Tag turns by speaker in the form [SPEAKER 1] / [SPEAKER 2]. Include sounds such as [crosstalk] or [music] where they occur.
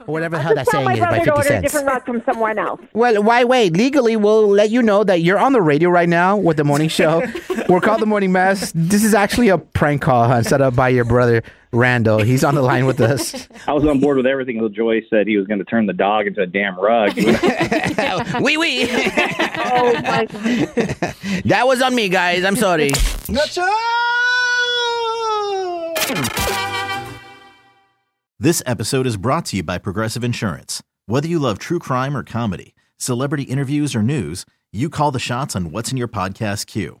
[SPEAKER 1] Or whatever the hell that saying
[SPEAKER 2] Tell my
[SPEAKER 1] is by
[SPEAKER 2] brother
[SPEAKER 1] 50
[SPEAKER 2] to order a
[SPEAKER 1] cents.
[SPEAKER 2] different rug from someone else.
[SPEAKER 1] Well, why wait? Legally, we'll let you know that you're on the radio right now with the morning show. We're called the Morning Mess. This is actually a prank call huh, set up by your brother Randall. He's on the line with us.
[SPEAKER 3] I was on board with everything until Joy said he was going to turn the dog into a damn rug.
[SPEAKER 1] [laughs] [laughs] Wee wee. [laughs]
[SPEAKER 2] Oh my god.
[SPEAKER 1] that was on me, guys. I'm sorry.
[SPEAKER 4] This episode is brought to you by Progressive Insurance. Whether you love true crime or comedy, celebrity interviews or news, you call the shots on what's in your podcast queue.